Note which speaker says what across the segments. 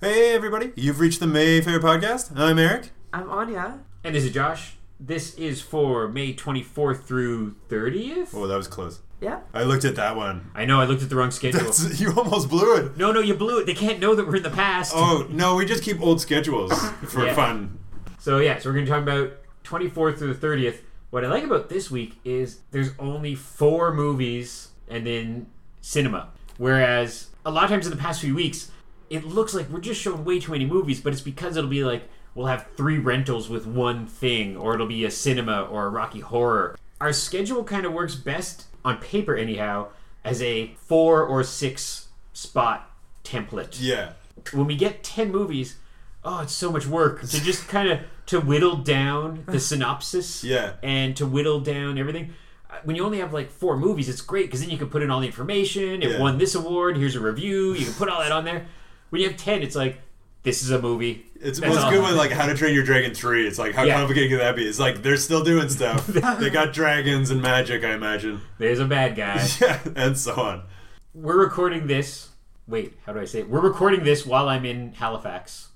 Speaker 1: Hey, everybody. You've reached the Mayfair Podcast. I'm Eric.
Speaker 2: I'm Anya.
Speaker 3: And this is Josh. This is for May 24th through 30th.
Speaker 1: Oh, that was close.
Speaker 2: Yeah.
Speaker 1: I looked at that one.
Speaker 3: I know I looked at the wrong schedule.
Speaker 1: That's, you almost blew it.
Speaker 3: no, no, you blew it. They can't know that we're in the past.
Speaker 1: Oh, no, we just keep old schedules for
Speaker 3: Yeah.
Speaker 1: fun.
Speaker 3: So yeah, so we're going to talk about 24th through the 30th. What I like about this week is there's only four movies and then cinema. Whereas a lot of times in the past few weeks, it looks like we're just showing way too many movies, but it's because it'll be like we'll have three rentals with one thing, or it'll be a cinema or a Rocky Horror. Our schedule kind of works best on paper, anyhow, as a four or six spot template
Speaker 1: Yeah.
Speaker 3: when we get 10 movies oh it's so much work to just kind of to whittle down the synopsis
Speaker 1: Yeah.
Speaker 3: and to whittle down everything Uh, when you only have like four movies it's great because then you can put in all the information it
Speaker 1: Yeah.
Speaker 3: won this award here's a review you can put all that on there when you have 10 it's like this is a movie
Speaker 1: It's
Speaker 3: That's
Speaker 1: what's
Speaker 3: all.
Speaker 1: good with like How to Train Your Dragon 3. It's like, how
Speaker 3: Yeah.
Speaker 1: complicated could that be? It's like, they're still doing stuff. they got dragons and magic, I imagine.
Speaker 3: there's a bad guy
Speaker 1: Yeah, and so on.
Speaker 3: we're recording this wait how do i say it we're recording this while i'm in halifax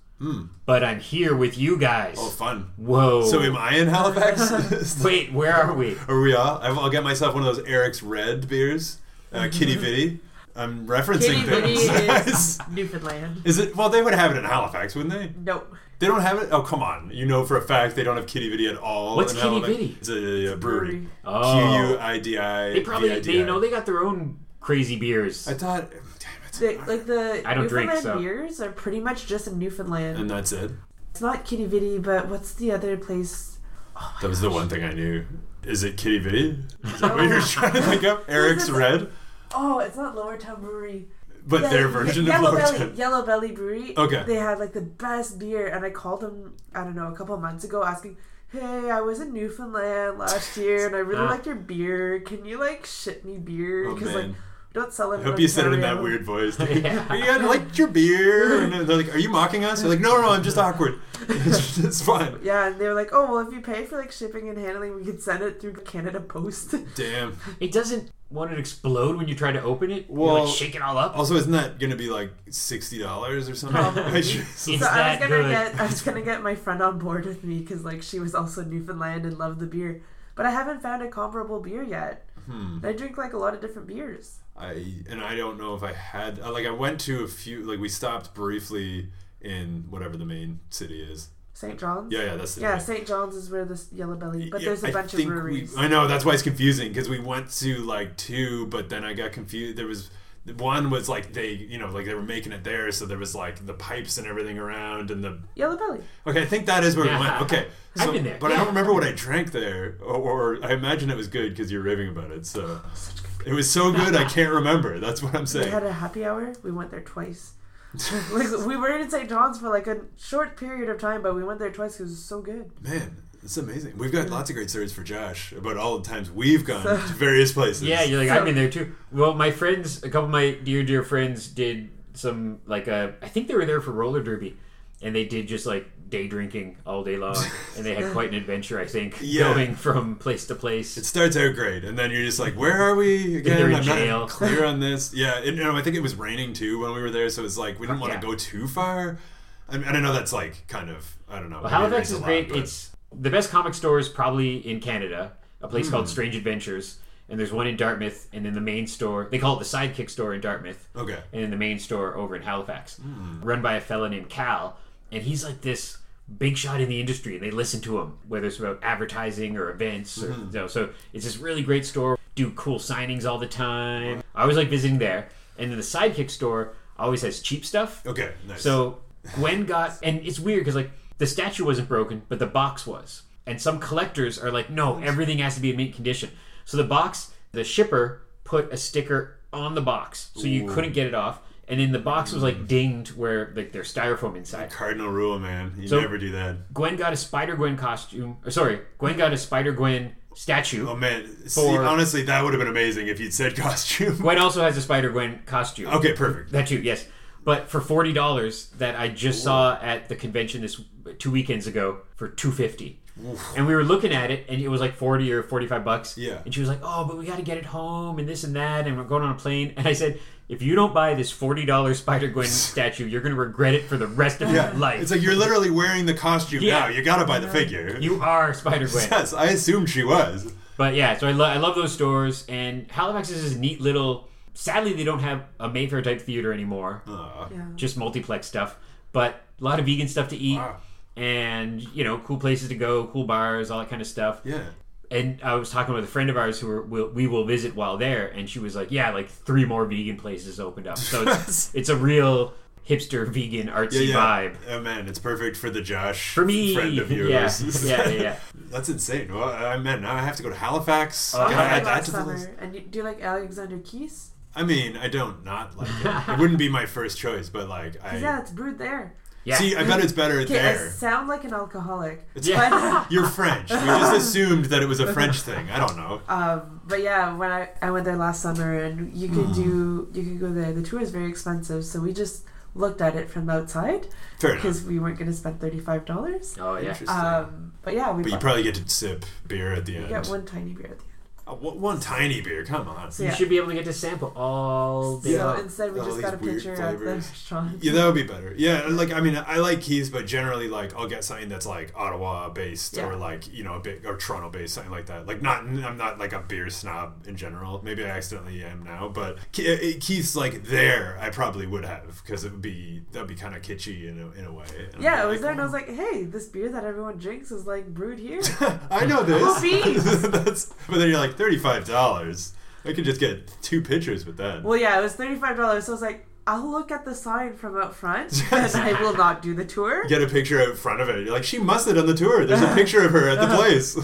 Speaker 3: but i'm here with you guys
Speaker 1: Hmm. Oh, fun.
Speaker 3: whoa
Speaker 1: So, am I in Halifax?
Speaker 3: wait where are we
Speaker 1: Are we all? I've- I'll get myself one of those Eric's Red beers, uh, Kitty Vitty. I'm referencing
Speaker 2: Kitty Vitty
Speaker 1: things.
Speaker 2: is Newfoundland.
Speaker 1: Is it? Well, they would have it in Halifax, wouldn't they?
Speaker 2: Nope.
Speaker 1: They don't have it. Oh, come on! You know for a fact they don't have Kitty Vitty at all.
Speaker 3: What's
Speaker 1: in
Speaker 3: Kitty
Speaker 1: Halifax.
Speaker 3: Vitty?
Speaker 1: It's a, a brewery.
Speaker 3: Oh.
Speaker 1: Q U I D I.
Speaker 3: They probably they know they got their own crazy beers.
Speaker 1: I thought. Damn
Speaker 2: They,
Speaker 1: it.
Speaker 2: like the
Speaker 3: I don't drink,
Speaker 2: Newfoundland
Speaker 3: so-
Speaker 2: beers are pretty much just in Newfoundland.
Speaker 1: and that's it.
Speaker 2: it's not Kitty Vitty, but what's the other place?
Speaker 1: That was the one thing I knew. Is it Kitty Vitty? Is that what you're trying to think of? Eric's
Speaker 2: is-
Speaker 1: Red,
Speaker 2: Oh, it's not Lower Town Brewery.
Speaker 1: but
Speaker 2: Yeah,
Speaker 1: their version
Speaker 2: Ye- Yellow
Speaker 1: of
Speaker 2: Belly,
Speaker 1: Lorton.
Speaker 2: Yellow Belly Brewery.
Speaker 1: Okay.
Speaker 2: They had like the best beer, and I called them. I don't know a couple of months ago asking. Hey, I was in Newfoundland last year, and I really
Speaker 3: Ah.
Speaker 2: liked your beer. Can you like ship me beer?
Speaker 1: Oh,
Speaker 2: Because like,
Speaker 1: man.
Speaker 2: don't sell it.
Speaker 1: I hope you said it in that weird voice. Like,
Speaker 3: Yeah.
Speaker 1: yeah. I liked your beer. And they're like, "Are you mocking us?" They're like, "No, no, no I'm just awkward. It's, it's fine."
Speaker 2: Yeah, and they were like, "Oh, well, if you pay for like shipping and handling, we can send it through Canada Post."
Speaker 1: Damn.
Speaker 3: it doesn't want to explode when you try to open it. you
Speaker 1: Well-
Speaker 3: like shake it all up.
Speaker 1: Also, isn't that gonna be like sixty dollars or something? I just-
Speaker 3: It's
Speaker 2: so I was
Speaker 3: that
Speaker 2: gonna
Speaker 3: good.
Speaker 2: get, I was gonna get my friend on board with me because like she was also Newfoundland and loved the beer, but I haven't found a comparable beer yet.
Speaker 1: Hmm.
Speaker 2: I drink like a lot of different beers.
Speaker 1: I and I don't know if I had uh, like I went to a few like we stopped briefly in whatever the main city is.
Speaker 2: St. John's.
Speaker 1: Yeah, yeah, that's the
Speaker 2: Yeah, St. John's is where this yellow belly, but
Speaker 1: Yeah,
Speaker 2: there's a
Speaker 1: I
Speaker 2: bunch of
Speaker 1: think we-
Speaker 2: breweries.
Speaker 1: I know that's why it's confusing because we went to like two, but then I got confused. There was one was like they you know like they were making it there, so there was like the pipes and everything around and the
Speaker 2: Yellow belly.
Speaker 1: Okay, I think that is where we went.
Speaker 3: Yeah.
Speaker 1: Okay,
Speaker 3: I've been there.
Speaker 1: but I
Speaker 3: Yeah.
Speaker 1: don't remember what I drank there, or, or I imagine it was good because you're raving about it. So it was so good, I can't remember. That's what I'm
Speaker 2: We had
Speaker 1: saying.
Speaker 2: a happy hour. We went there twice. like we were in St. John's for like a short period of time, but we went there twice because it was so good.
Speaker 1: Man, it's amazing. We've got lots of great stories for Josh about all the times we've gone to various places.
Speaker 3: yeah, you're like
Speaker 2: So-
Speaker 3: I've been there too. Well, my friends, a couple of my dear dear friends did some like uh, I think they were there for roller derby, and they did just like day drinking all day long, and they had quite an adventure. I think
Speaker 1: Yeah.
Speaker 3: going from place to place.
Speaker 1: It starts out great, and then you're just like, "Where are we again?"
Speaker 3: they're in
Speaker 1: I'm
Speaker 3: jail.
Speaker 1: not clear on this. Yeah, and, you know, I think it was raining too when we were there, so it's like we didn't want to
Speaker 3: Yeah.
Speaker 1: go too far. I, mean, I don't know. That's like kind of I don't know.
Speaker 3: Well,
Speaker 1: maybe it
Speaker 3: Halifax
Speaker 1: rains a
Speaker 3: is
Speaker 1: lot,
Speaker 3: great.
Speaker 1: but-
Speaker 3: It's the best comic store is probably in Canada. A
Speaker 1: Hmm.
Speaker 3: place called Strange Adventures, and there's one in Dartmouth, and then the main store. They call it the Sidekick store in Dartmouth,
Speaker 1: okay.
Speaker 3: and then the main store over in Halifax, run by a fella named Cal, and he's like this big shot in the industry, and they listen to him, whether it's about advertising or events. Or, you know, so it's this really great store. Do cool signings all the time. I always like visiting there, and then the Sidekick store always has cheap stuff.
Speaker 1: Okay. Nice.
Speaker 3: So Gwen got, and it's weird because like the statue wasn't broken, but the box was. And some collectors are like, no, everything has to be in mint condition. So the box, the shipper put a sticker on the box, so you couldn't get it off. And then the box was like dinged where like there's styrofoam inside.
Speaker 1: cardinal rule, man. You
Speaker 3: So-
Speaker 1: never do that.
Speaker 3: Gwen got a Spider Gwen costume. Or sorry, Gwen got a Spider Gwen statue.
Speaker 1: Oh man, see,
Speaker 3: For-
Speaker 1: honestly, that would have been amazing if you'd said costume.
Speaker 3: Gwen also has a Spider Gwen costume.
Speaker 1: okay, perfect.
Speaker 3: That too, yes. But for forty dollars that I just saw at the convention this two weekends ago for two fifty. And we were looking at it, and it was like forty or forty-five bucks.
Speaker 1: Yeah.
Speaker 3: And she was like, "Oh, but we got to get it home, and this and that, and we're going on a plane." And I said, "If you don't buy this forty-dollar Spider Gwen statue, you're going to regret it for the rest of
Speaker 1: Yeah,
Speaker 3: your life.
Speaker 1: it's like you're literally wearing the costume
Speaker 3: Yeah.
Speaker 1: now. You gotta buy the figure.
Speaker 3: you are Spider Gwen."
Speaker 1: yes, I assumed she was.
Speaker 3: But yeah, so I, lo- I love those stores, and Halifax is this neat little. Sadly, they don't have a Mayfair type theater anymore,
Speaker 1: Aw.
Speaker 2: Yeah.
Speaker 3: just multiplex stuff. But a lot of vegan stuff to eat,
Speaker 1: Wow.
Speaker 3: and you know, cool places to go, cool bars, all that kind of stuff.
Speaker 1: Yeah.
Speaker 3: And I was talking with a friend of ours who were, will, we will visit while there, and she was like, "Yeah, like three more vegan places opened up, so it's, it's a real hipster vegan
Speaker 1: Yeah,
Speaker 3: artsy
Speaker 1: yeah.
Speaker 3: vibe."
Speaker 1: Oh man, it's perfect for the Josh
Speaker 3: For me,
Speaker 1: friend of
Speaker 3: yeah,
Speaker 1: yours.
Speaker 3: yeah, yeah, yeah.
Speaker 1: That's insane. Well, I man, now I have to go to Halifax.
Speaker 3: Oh,
Speaker 1: Gotta
Speaker 3: yeah.
Speaker 1: add that
Speaker 2: last
Speaker 1: to the list.
Speaker 2: summer. And you, do you like Alexander Keys?
Speaker 1: I mean, I don't not like it. it wouldn't be my first choice, but like I
Speaker 2: Yeah, it's brewed there.
Speaker 3: Yeah.
Speaker 1: see. I bet it's better
Speaker 2: Okay, I
Speaker 1: there.
Speaker 2: sound like an alcoholic.
Speaker 1: It's
Speaker 3: Yeah.
Speaker 2: But,
Speaker 1: You're French. We just assumed that it was a French thing. I don't know.
Speaker 2: um, but yeah, when I, I went there last summer, and you could do
Speaker 1: Mm.
Speaker 2: you could go there. The tour is very expensive, so we just looked at it from outside
Speaker 1: Fair enough.
Speaker 2: because we weren't going to spend thirty five dollars.
Speaker 3: Oh yeah.
Speaker 1: uh, Interesting.
Speaker 2: Um, but yeah, we
Speaker 1: but you
Speaker 2: bought-
Speaker 1: probably get to sip beer at the
Speaker 2: we
Speaker 1: end.
Speaker 2: got one tiny beer at the end.
Speaker 1: Uh, one, one tiny beer. Come on.
Speaker 2: So
Speaker 3: You
Speaker 2: yeah.
Speaker 3: should be able to get to sample all day
Speaker 1: Yeah.
Speaker 2: So
Speaker 3: long.
Speaker 2: instead, we
Speaker 1: All
Speaker 2: just got a
Speaker 1: these weird
Speaker 2: picture at the
Speaker 1: flavors.
Speaker 2: restaurant.
Speaker 1: Yeah, that would be better. Yeah, like I mean, I like Keys, but generally, like I'll get something that's like Ottawa based
Speaker 2: Yeah.
Speaker 1: or like you know a bit or Toronto based, something like that. Like not, I'm not like a beer snob in general. Maybe I accidentally am now, but Ke- uh, Keys like there, I probably would have because it would be that'd be kind of kitschy in a, in a way. And
Speaker 2: Yeah,
Speaker 1: I'd
Speaker 2: I
Speaker 1: be
Speaker 2: was there,
Speaker 1: like, um,
Speaker 2: and I was like, "Hey, this beer that everyone drinks is like brewed here."
Speaker 1: I know
Speaker 2: Cool
Speaker 1: this.
Speaker 2: beans.
Speaker 1: that's but then you're like thirty five dollars. I could just get two pitchers with that.
Speaker 2: well, yeah, it was thirty five dollars. So I was like, "I'll look at the sign from out front, and I will not do the tour."
Speaker 1: Get a picture out front of it. You're like, she must have done the tour. There's a picture of her at
Speaker 3: Uh-huh.
Speaker 1: the place.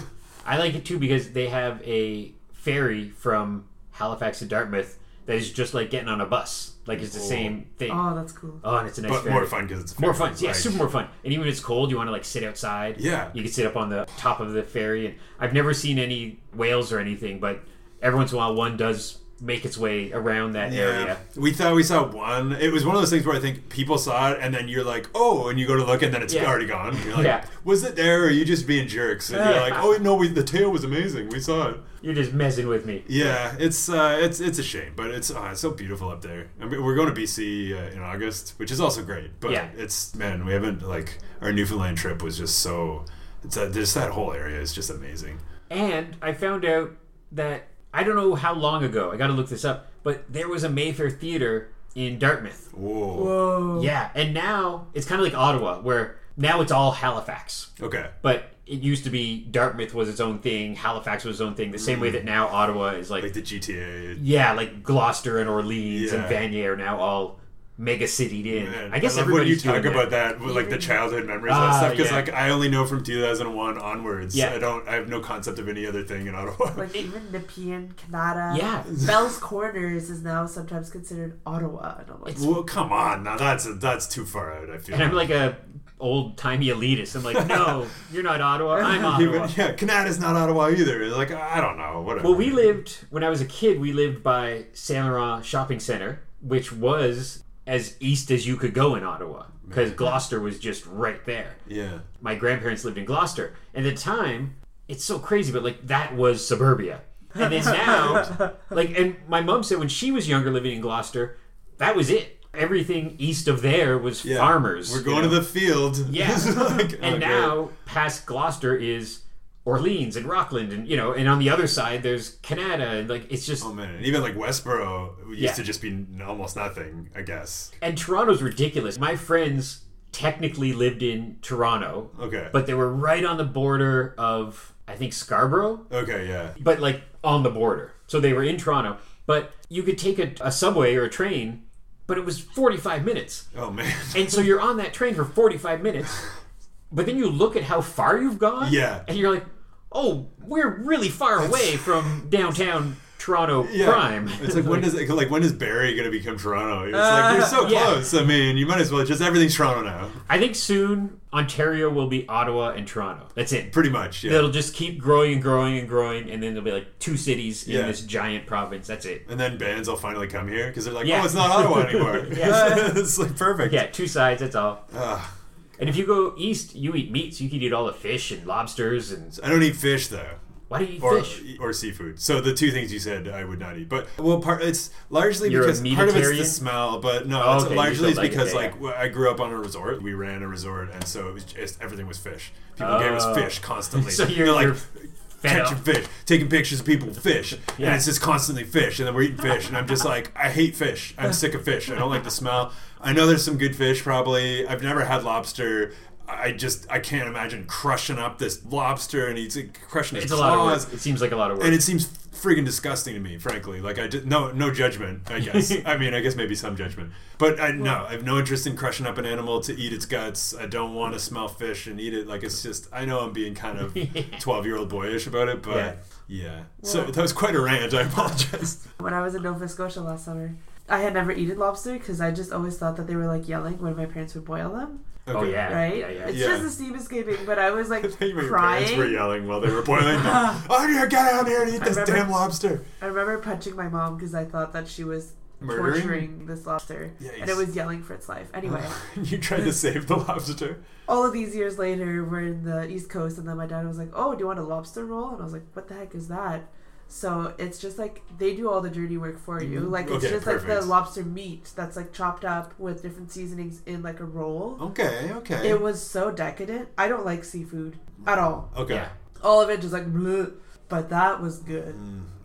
Speaker 3: I like it too because they have a ferry from Halifax to Dartmouth that is just like getting on a bus. Like it's the same thing.
Speaker 2: Oh, that's cool.
Speaker 3: Oh, and it's a nice
Speaker 1: But
Speaker 3: ferry.
Speaker 1: more fun because it's a
Speaker 3: More
Speaker 1: ferry,
Speaker 3: fun. Yeah,
Speaker 1: like-
Speaker 3: super more fun. And even if it's cold, you want to like sit outside.
Speaker 1: Yeah.
Speaker 3: You can sit up on the top of the ferry. And I've never seen any whales or anything, but every once in a while one does make its way around that area.
Speaker 1: We thought we saw one. It was one of those things where I think people saw it, and then you're like, "Oh," and you go to look, and then it's
Speaker 3: Yeah.
Speaker 1: already gone. You're like,
Speaker 3: Yeah.
Speaker 1: "Was it there, or are you just being jerks?" And you're
Speaker 3: Yeah.
Speaker 1: like, "Oh no, we, the tail was amazing. We saw it."
Speaker 3: You're just messing with me.
Speaker 1: Yeah, it's uh, it's it's a shame, but it's uh, it's so beautiful up there. I mean, we're going to BC uh, in August, which is also great. But
Speaker 3: Yeah.
Speaker 1: it's man, we haven't like our Newfoundland trip was just so. It's uh, just that whole area is just amazing.
Speaker 3: And I found out that I don't know how long ago, I gotta look this up, but there was a Mayfair Theater in Dartmouth.
Speaker 1: Whoa.
Speaker 2: Whoa.
Speaker 3: Yeah, and now it's kind of like Ottawa, where now it's all Halifax.
Speaker 1: Okay.
Speaker 3: But it used to be Dartmouth was its own thing, Halifax was its own thing, the same way that now Ottawa is like,
Speaker 1: Mm. Like the GTA.
Speaker 3: yeah, like Gloucester and Orleans and
Speaker 1: Yeah.
Speaker 3: Vanier are now all mega citied in.
Speaker 1: Man,
Speaker 3: I guess
Speaker 1: love when you
Speaker 3: everybody's
Speaker 1: talk
Speaker 3: doing
Speaker 1: about that, with, like the childhood memories and
Speaker 3: Ah,
Speaker 1: stuff, because
Speaker 3: yeah.
Speaker 1: like I only know from 2001 onwards.
Speaker 3: Yeah.
Speaker 1: I don't. I have no concept of any other thing in Ottawa.
Speaker 2: Like even Nepean, Canada.
Speaker 3: Yeah.
Speaker 2: Bell's Corners is now sometimes considered Ottawa, and I'm like,
Speaker 1: well, come on, now that's that's too far out. I feel.
Speaker 3: And I'm like a old timey elitist. I'm like, no, you're not Ottawa, I'm
Speaker 1: Yeah,
Speaker 3: Ottawa.
Speaker 1: but- yeah, Canada's not Ottawa either. Like I don't know. Whatever.
Speaker 3: Well, we lived when I was a kid. We lived by Saint Laurent Shopping Center, which was as east as you could go in Ottawa, because Gloucester was just right there.
Speaker 1: Yeah.
Speaker 3: My grandparents lived in Gloucester, and at the time, it's so crazy, but like that was suburbia, and then now, like, and my mom said when she was younger, living in Gloucester, that was it. Everything east of there was
Speaker 1: Yeah.
Speaker 3: farmers.
Speaker 1: We're going to the field.
Speaker 3: Yeah.
Speaker 1: Like,
Speaker 3: and
Speaker 1: okay.
Speaker 3: now past Gloucester is Orleans and Rockland, and you know, and on the other side there's Canada, and like it's just
Speaker 1: Oh man, and even like Westboro used
Speaker 3: Yeah.
Speaker 1: to just be n- almost nothing, I guess.
Speaker 3: And Toronto's ridiculous. My friends technically lived in Toronto,
Speaker 1: Okay.
Speaker 3: but they were right on the border of, I think, Scarborough,
Speaker 1: okay, yeah.
Speaker 3: but like on the border. So they were in Toronto, but you could take a, a subway or a train, but it was 45 minutes.
Speaker 1: Oh man.
Speaker 3: And so you're on that train for 45 minutes, but then you look at how far you've gone,
Speaker 1: Yeah.
Speaker 3: and you're like, oh, we're really far away from downtown Toronto
Speaker 1: Yeah.
Speaker 3: crime.
Speaker 1: It's like when does it, like when is Barry gonna become Toronto? It's like you're so
Speaker 3: Uh, yeah.
Speaker 1: close. I mean, you might as well just everything's Toronto now,
Speaker 3: I think soon Ontario will be Ottawa and Toronto. That's it.
Speaker 1: pretty much. Yeah.
Speaker 3: It'll just keep growing and growing and growing, and then there'll be like two cities
Speaker 1: Yeah.
Speaker 3: in this giant province. That's it.
Speaker 1: and then bands will finally come here because they're like,
Speaker 3: Yeah.
Speaker 1: oh, it's not Ottawa anymore.
Speaker 3: Yeah.
Speaker 1: it's like perfect.
Speaker 3: Yeah, two sides. That's all.
Speaker 1: Ugh.
Speaker 3: And if you go east, you eat meat, so you can eat all the fish and lobsters and
Speaker 1: I don't eat fish though.
Speaker 3: why do you eat
Speaker 1: or,
Speaker 3: fish?
Speaker 1: or seafood. So the two things you said I would not eat, but well, part it's largely
Speaker 3: You're a
Speaker 1: because part of it's the
Speaker 3: meatitarian?
Speaker 1: smell, but no,
Speaker 3: Oh,
Speaker 1: it's
Speaker 3: okay, you
Speaker 1: largely
Speaker 3: don't
Speaker 1: it's
Speaker 3: like it,
Speaker 1: because
Speaker 3: yeah,
Speaker 1: like
Speaker 3: yeah.
Speaker 1: w- I grew up on a resort. We ran a resort, and so it was just everything was fish. People gave us
Speaker 3: Oh.
Speaker 1: fish constantly.
Speaker 3: So you're-
Speaker 1: They're like
Speaker 3: you're fed
Speaker 1: catching
Speaker 3: up."
Speaker 1: fish, taking pictures of people with fish,
Speaker 3: Yeah.
Speaker 1: and it's just constantly fish, and then we're eating fish, and I'm just like, I hate fish. I'm sick of fish. I don't like the smell. I know there's some good fish probably. I've never had lobster. I just I can't imagine crushing up this lobster and he's like, crushing his
Speaker 3: It's a
Speaker 1: claws
Speaker 3: lot of work. It seems like a lot of work.
Speaker 1: Oh, and it seems freaking disgusting to me frankly like i did no no judgment i guess i mean i guess maybe some judgment but i no i have no interest in crushing up an animal to eat its guts i don't want to smell fish and eat it like it's just i know i'm being kind of 12 year old boyish about it but yeah,
Speaker 3: Yeah.
Speaker 1: so that was quite a rant i apologize
Speaker 2: When I was in Nova Scotia last summer, I had never eaten lobster because I just always thought that they were like yelling when my parents would boil them,
Speaker 3: Oh yeah,
Speaker 2: right?
Speaker 3: yeah, yeah.
Speaker 2: It's
Speaker 1: Yeah.
Speaker 2: just the steam escaping, but I was like
Speaker 1: I think my parents
Speaker 2: crying.
Speaker 1: were yelling while they were boiling. them. oh, dear, get out here and eat this
Speaker 2: remember-
Speaker 1: damn lobster.
Speaker 2: I remember punching my mom because I thought that she was
Speaker 1: Murdering?
Speaker 2: torturing this lobster, and
Speaker 1: Yikes.
Speaker 2: it was yelling for its life. Anyway,
Speaker 1: you tried to save the lobster.
Speaker 2: all of these years later, we're in the East Coast, and then my dad was like, "Oh, do you want a lobster roll?" And I was like, "What the heck is that?" So it's just like they do all the dirty work for you. Like
Speaker 1: Mm-hmm.
Speaker 2: it's
Speaker 1: Okay,
Speaker 2: just like
Speaker 1: perfect.
Speaker 2: the lobster meat that's like chopped up with different seasonings in like a roll.
Speaker 1: Okay, okay.
Speaker 2: It was so decadent. I don't like seafood at all.
Speaker 1: okay.
Speaker 3: Yeah.
Speaker 2: All of it just like, bleh. but that was good.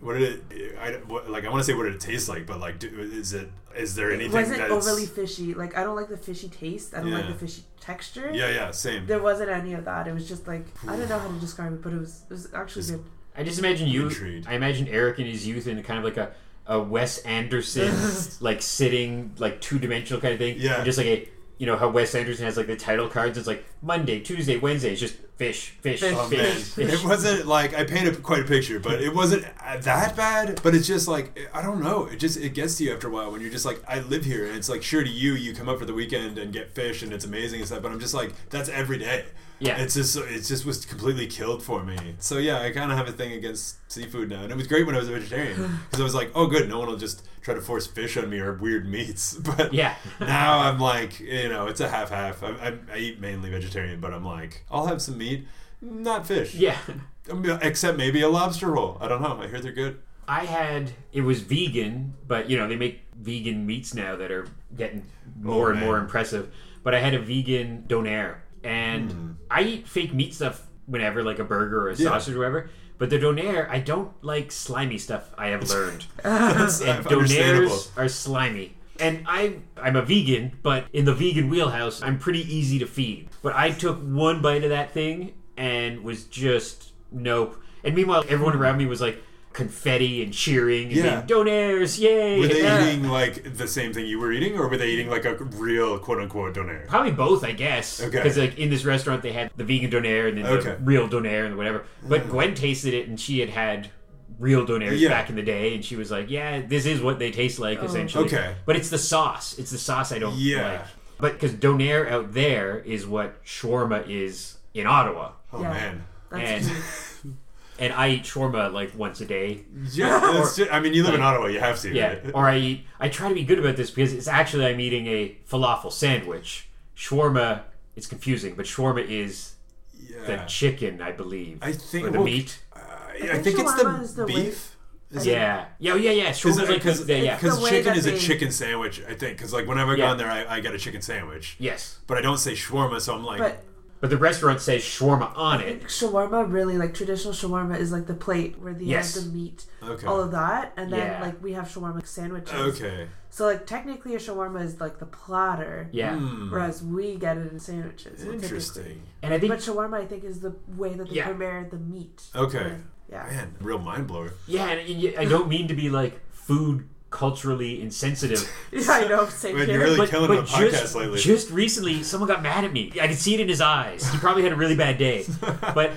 Speaker 1: What did it? I what, like. I want to say what did it taste like, but like, do, is it? Is there anything
Speaker 2: was it
Speaker 1: that's
Speaker 2: overly fishy? Like I don't like the fishy taste. I don't like
Speaker 1: Yeah.
Speaker 2: the fishy texture.
Speaker 1: Yeah, yeah, same.
Speaker 2: There wasn't any of that. It was just like I don't know how to describe it, but it was it was actually
Speaker 1: Just-
Speaker 2: good.
Speaker 3: I just imagine you.
Speaker 1: Intrigued.
Speaker 3: I imagine Eric in his youth in kind of like a, a Wes Anderson, like sitting like two dimensional kind of thing.
Speaker 1: Yeah.
Speaker 3: And just like a, you know how Wes Anderson has like the title cards. It's like Monday, Tuesday, Wednesday. It's just fish, fish,
Speaker 2: Fish,
Speaker 1: Oh, man.
Speaker 3: fish, fish.
Speaker 1: It wasn't like I painted quite a picture, but it wasn't uh, that bad. But it's just like I don't know. It just it gets to you after a while when you're just like I live here, and it's like sure to you, you come up for the weekend and get fish, and it's amazing and stuff. But I'm just like that's every day.
Speaker 3: Yeah.
Speaker 1: it's just it just was completely killed for me. So yeah, I kind of have a thing against seafood now, and it was great when I was a vegetarian because I was like, oh good, no one will just try to force fish on me or weird meats. But
Speaker 3: Yeah.
Speaker 1: now I'm like, you know, it's a half half. I, I, I eat mainly vegetarian, but I'm like, I'll have some meat, not fish.
Speaker 3: yeah.
Speaker 1: I mean, Except maybe a lobster roll. I don't know. I hear they're good.
Speaker 3: I had it was vegan, but you know they make vegan meats now that are getting more
Speaker 1: Oh,
Speaker 3: and more
Speaker 1: man.
Speaker 3: impressive. But I had a vegan donair, and I eat fake meat stuff whenever, like a burger or a
Speaker 1: Hmm. Yeah.
Speaker 3: sausage or whatever. But the donair, I don't like slimy stuff. I have learned,
Speaker 1: That's uh,
Speaker 3: and
Speaker 1: understandable.
Speaker 3: donairs uh, are slimy. And I, I'm a vegan, but in the vegan wheelhouse, I'm pretty easy to feed. But I took one bite of that thing and was just nope. And meanwhile, everyone around me was like confetti and cheering and
Speaker 1: Yeah.
Speaker 3: being, donairs, yay!
Speaker 1: Were they
Speaker 3: Yeah.
Speaker 1: eating like the same thing you were eating, or were they eating like a real quote unquote donair?
Speaker 3: Probably both, I guess.
Speaker 1: Okay.
Speaker 3: Because like in this restaurant, they had the vegan donair and then
Speaker 1: Okay. Mm.
Speaker 3: the real donair and whatever. But Gwen tasted it, and she had had real donairs
Speaker 1: Yeah.
Speaker 3: back in the day, and she was like, "Yeah, this is what they taste like, essentially."
Speaker 1: Okay.
Speaker 3: But it's the sauce. It's the sauce I don't
Speaker 1: Yeah.
Speaker 3: like. But because donair out there is what shawarma is in Ottawa,
Speaker 1: Oh
Speaker 2: Yeah.
Speaker 1: man.
Speaker 2: That's
Speaker 3: And-
Speaker 2: true.
Speaker 3: and I eat shawarma like once a day.
Speaker 1: Yeah, that's ju- I mean, you live in Ottawa, you have to. Uh,
Speaker 3: Yeah,
Speaker 1: right?
Speaker 3: or I eat. I try to be good about this because it's actually I'm eating a falafel sandwich. Shawarma, it's confusing, but shawarma is the
Speaker 1: Yeah.
Speaker 3: chicken, I believe.
Speaker 1: I think-
Speaker 3: or the
Speaker 1: well,
Speaker 3: meat.
Speaker 1: Uh, I, I
Speaker 2: think
Speaker 1: think it's
Speaker 2: shawarma is
Speaker 1: the
Speaker 2: the way-
Speaker 1: beef. Is it- uh,
Speaker 3: yeah, yeah, yeah, yeah.
Speaker 1: Is
Speaker 3: Shawarma's
Speaker 1: it
Speaker 3: like
Speaker 1: because
Speaker 3: the, yeah,
Speaker 2: The way
Speaker 1: chicken
Speaker 2: that
Speaker 1: is a
Speaker 2: they-
Speaker 1: chicken sandwich? I think because like whenever I go
Speaker 3: Yeah.
Speaker 1: in there, I, I get a chicken sandwich.
Speaker 3: yes.
Speaker 1: But I don't say shawarma, so I'm like,
Speaker 2: But
Speaker 3: But the restaurant says shawarma on it.
Speaker 2: shawarma really like traditional shawarma is like the plate where they
Speaker 3: Yes.
Speaker 2: have the meat,
Speaker 1: okay,
Speaker 2: all of that, and then
Speaker 3: Yeah.
Speaker 2: like we have shawarma sandwiches.
Speaker 1: okay,
Speaker 2: So like technically a shawarma is like the platter,
Speaker 3: Yeah,
Speaker 1: Hmm.
Speaker 2: whereas we get it in sandwiches. typically.
Speaker 1: Mm-hmm. interesting.
Speaker 3: and I think
Speaker 2: But shawarma, I think, is the way that they
Speaker 3: Yeah.
Speaker 2: prepare the meat.
Speaker 1: Okay,
Speaker 2: Yeah.
Speaker 1: man, real mind blower.
Speaker 3: yeah, and, and y- I don't mean to be like food culturally insensitive.
Speaker 2: Yeah, I know. Same
Speaker 1: Man,
Speaker 2: here.
Speaker 1: you're really
Speaker 3: But,
Speaker 1: killing it
Speaker 3: but
Speaker 1: on
Speaker 3: just,
Speaker 1: podcasts lately.
Speaker 3: just recently, someone got mad at me. I could see it in his eyes. He probably had a really bad day. But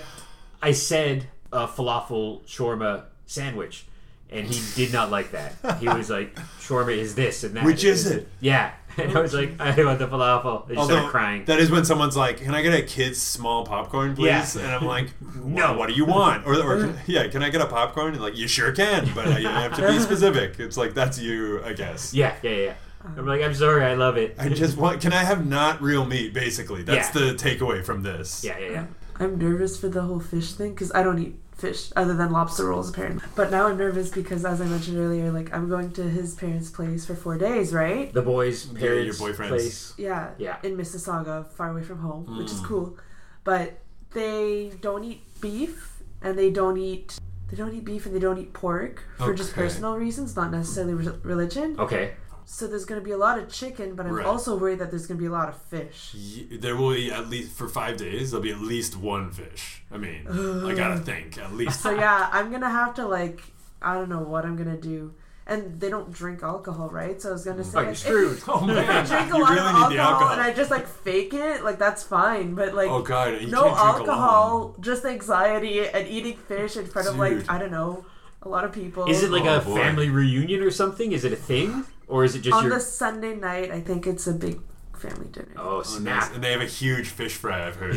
Speaker 3: I said a falafel shawarma sandwich, and he did not like that. He was like, "Shawarma is this and that."
Speaker 1: Which
Speaker 3: and
Speaker 1: is
Speaker 3: this."
Speaker 1: it?
Speaker 3: Yeah, and I was like, "I want the falafel." They just started crying.
Speaker 1: that is when someone's like, "Can I get a kid's small popcorn, please?"
Speaker 3: Yeah.
Speaker 1: And I'm like,
Speaker 3: No.
Speaker 1: "No, what do you want?" Or, or can- yeah, can I get a popcorn? And like, you sure can, but you have to be specific. It's like that's you, I guess.
Speaker 3: yeah, yeah, yeah. I'm like, "I'm sorry, I love it."
Speaker 1: I just want. Can I have not real meat? Basically, that's
Speaker 3: Yeah.
Speaker 1: the takeaway from this.
Speaker 3: yeah, yeah, yeah.
Speaker 2: I'm nervous for the whole fish thing because I don't eat fish other than lobster rolls apparently. But now I'm nervous because, as I mentioned earlier, like I'm going to his parents' place for four days, right?
Speaker 3: The boys,
Speaker 1: Yeah,
Speaker 3: parents,
Speaker 1: your boyfriends.
Speaker 3: place.
Speaker 2: Yeah.
Speaker 3: Yeah.
Speaker 2: In Mississauga, far away from home, which
Speaker 1: Mm.
Speaker 2: is cool. But they don't eat beef and they don't eat they don't eat beef and they don't eat pork for just
Speaker 1: Okay. Oh.
Speaker 2: personal reasons, not necessarily re- religion.
Speaker 3: Okay.
Speaker 2: So there's going to be a lot of chicken, but I'm
Speaker 1: Right.
Speaker 2: also worried that there's going to be a lot of fish.
Speaker 1: Y- There will be at least for five days. There'll be at least one fish. I mean, I gotta think at least.
Speaker 2: So yeah, I'm gonna have to like I don't know what I'm gonna do. And they don't drink alcohol, right? So I was
Speaker 1: Mm.
Speaker 2: gonna say
Speaker 3: Oh,
Speaker 2: like,
Speaker 3: you're
Speaker 2: if-
Speaker 3: screwed.
Speaker 1: Oh
Speaker 2: if I
Speaker 1: man,
Speaker 2: drink a
Speaker 1: you really
Speaker 2: lot
Speaker 1: need
Speaker 2: of alcohol,
Speaker 1: the alcohol.
Speaker 2: and I just like fake it, like that's fine. But like
Speaker 1: oh god, you can't drink
Speaker 2: no
Speaker 1: alone.
Speaker 2: alcohol, just anxiety and eating fish in front of
Speaker 1: Dude.
Speaker 2: like I don't know a lot of people.
Speaker 3: Is it like
Speaker 1: Oh,
Speaker 3: a
Speaker 1: boy.
Speaker 3: family reunion or something? Is it a thing, or is it just
Speaker 2: on
Speaker 3: your?
Speaker 2: the Sunday night? I think it's a big family dinner.
Speaker 3: Oh
Speaker 1: Oh, nice.
Speaker 3: snap!
Speaker 1: And they have a huge fish fry. I've heard.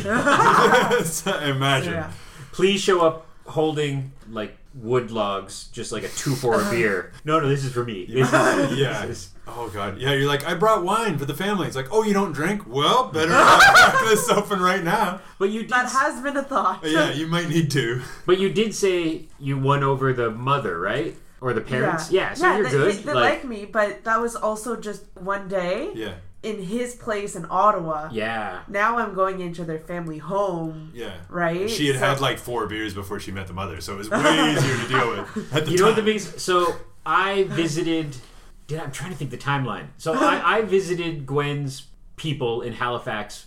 Speaker 1: So, Imagine.
Speaker 2: Yeah.
Speaker 3: Please show up holding like wood logs, just like a two for a beer. No, no, this is for me. This is,
Speaker 1: Yeah.
Speaker 3: this is-
Speaker 1: Oh god. Yeah, you're like, I brought wine for the family. It's like, oh, you don't drink? Well, better crack this open right now.
Speaker 3: But you did.
Speaker 2: That has been a thought.
Speaker 1: But yeah, you might need to.
Speaker 3: But you did say you won over the mother, right? Or the parents? Yeah. so you're
Speaker 2: they,
Speaker 3: good.
Speaker 2: They, they
Speaker 3: like,
Speaker 2: like, me, but that was also just one day
Speaker 1: Yeah.
Speaker 2: in his place in Ottawa.
Speaker 3: yeah.
Speaker 2: Now I'm going into their family home,
Speaker 1: Yeah.
Speaker 2: right?
Speaker 1: She had
Speaker 2: So-
Speaker 1: had like four beers before she met the mother, so it was way easier to deal with. At the
Speaker 3: You know what the
Speaker 1: time.
Speaker 3: biggest? So I visited. Did I'm trying to think the timeline. So I, I visited Gwen's people in Halifax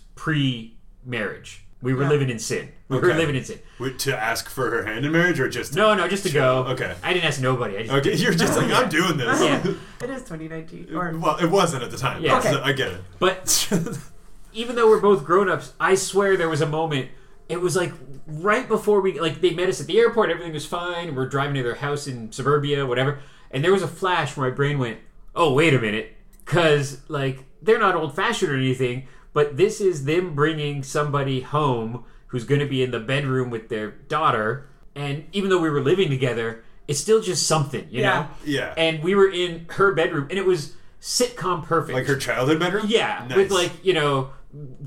Speaker 3: pre-marriage. We were
Speaker 2: Yeah.
Speaker 3: living in sin. We were
Speaker 1: Okay.
Speaker 3: living in sin.
Speaker 1: Wait, to ask for her hand in marriage or just
Speaker 3: No, no, just to go.
Speaker 1: Okay.
Speaker 3: I didn't ask nobody. I just,
Speaker 1: Okay, you're just like, I'm doing this.
Speaker 3: Yeah.
Speaker 2: It is 2019. Or
Speaker 1: Well, it wasn't at the time.
Speaker 3: Yeah.
Speaker 1: so
Speaker 2: Okay.
Speaker 1: I get it.
Speaker 3: But even though we're both grown-ups i swear there was a moment it was like right before we like they met us at the airport everything was fine we're driving to their house in suburbia whatever and there was a flash where my brain went oh wait a minute because like they're not old-fashioned or anything but this is them bringing somebody home who's going to be in the bedroom with their daughter and even though we were living together it's still just something you
Speaker 2: Yeah.
Speaker 3: know
Speaker 1: Yeah.
Speaker 3: and we were in her bedroom and it was sitcom perfect
Speaker 1: like her childhood bedroom?
Speaker 3: yeah,
Speaker 1: Nice.
Speaker 3: with like you know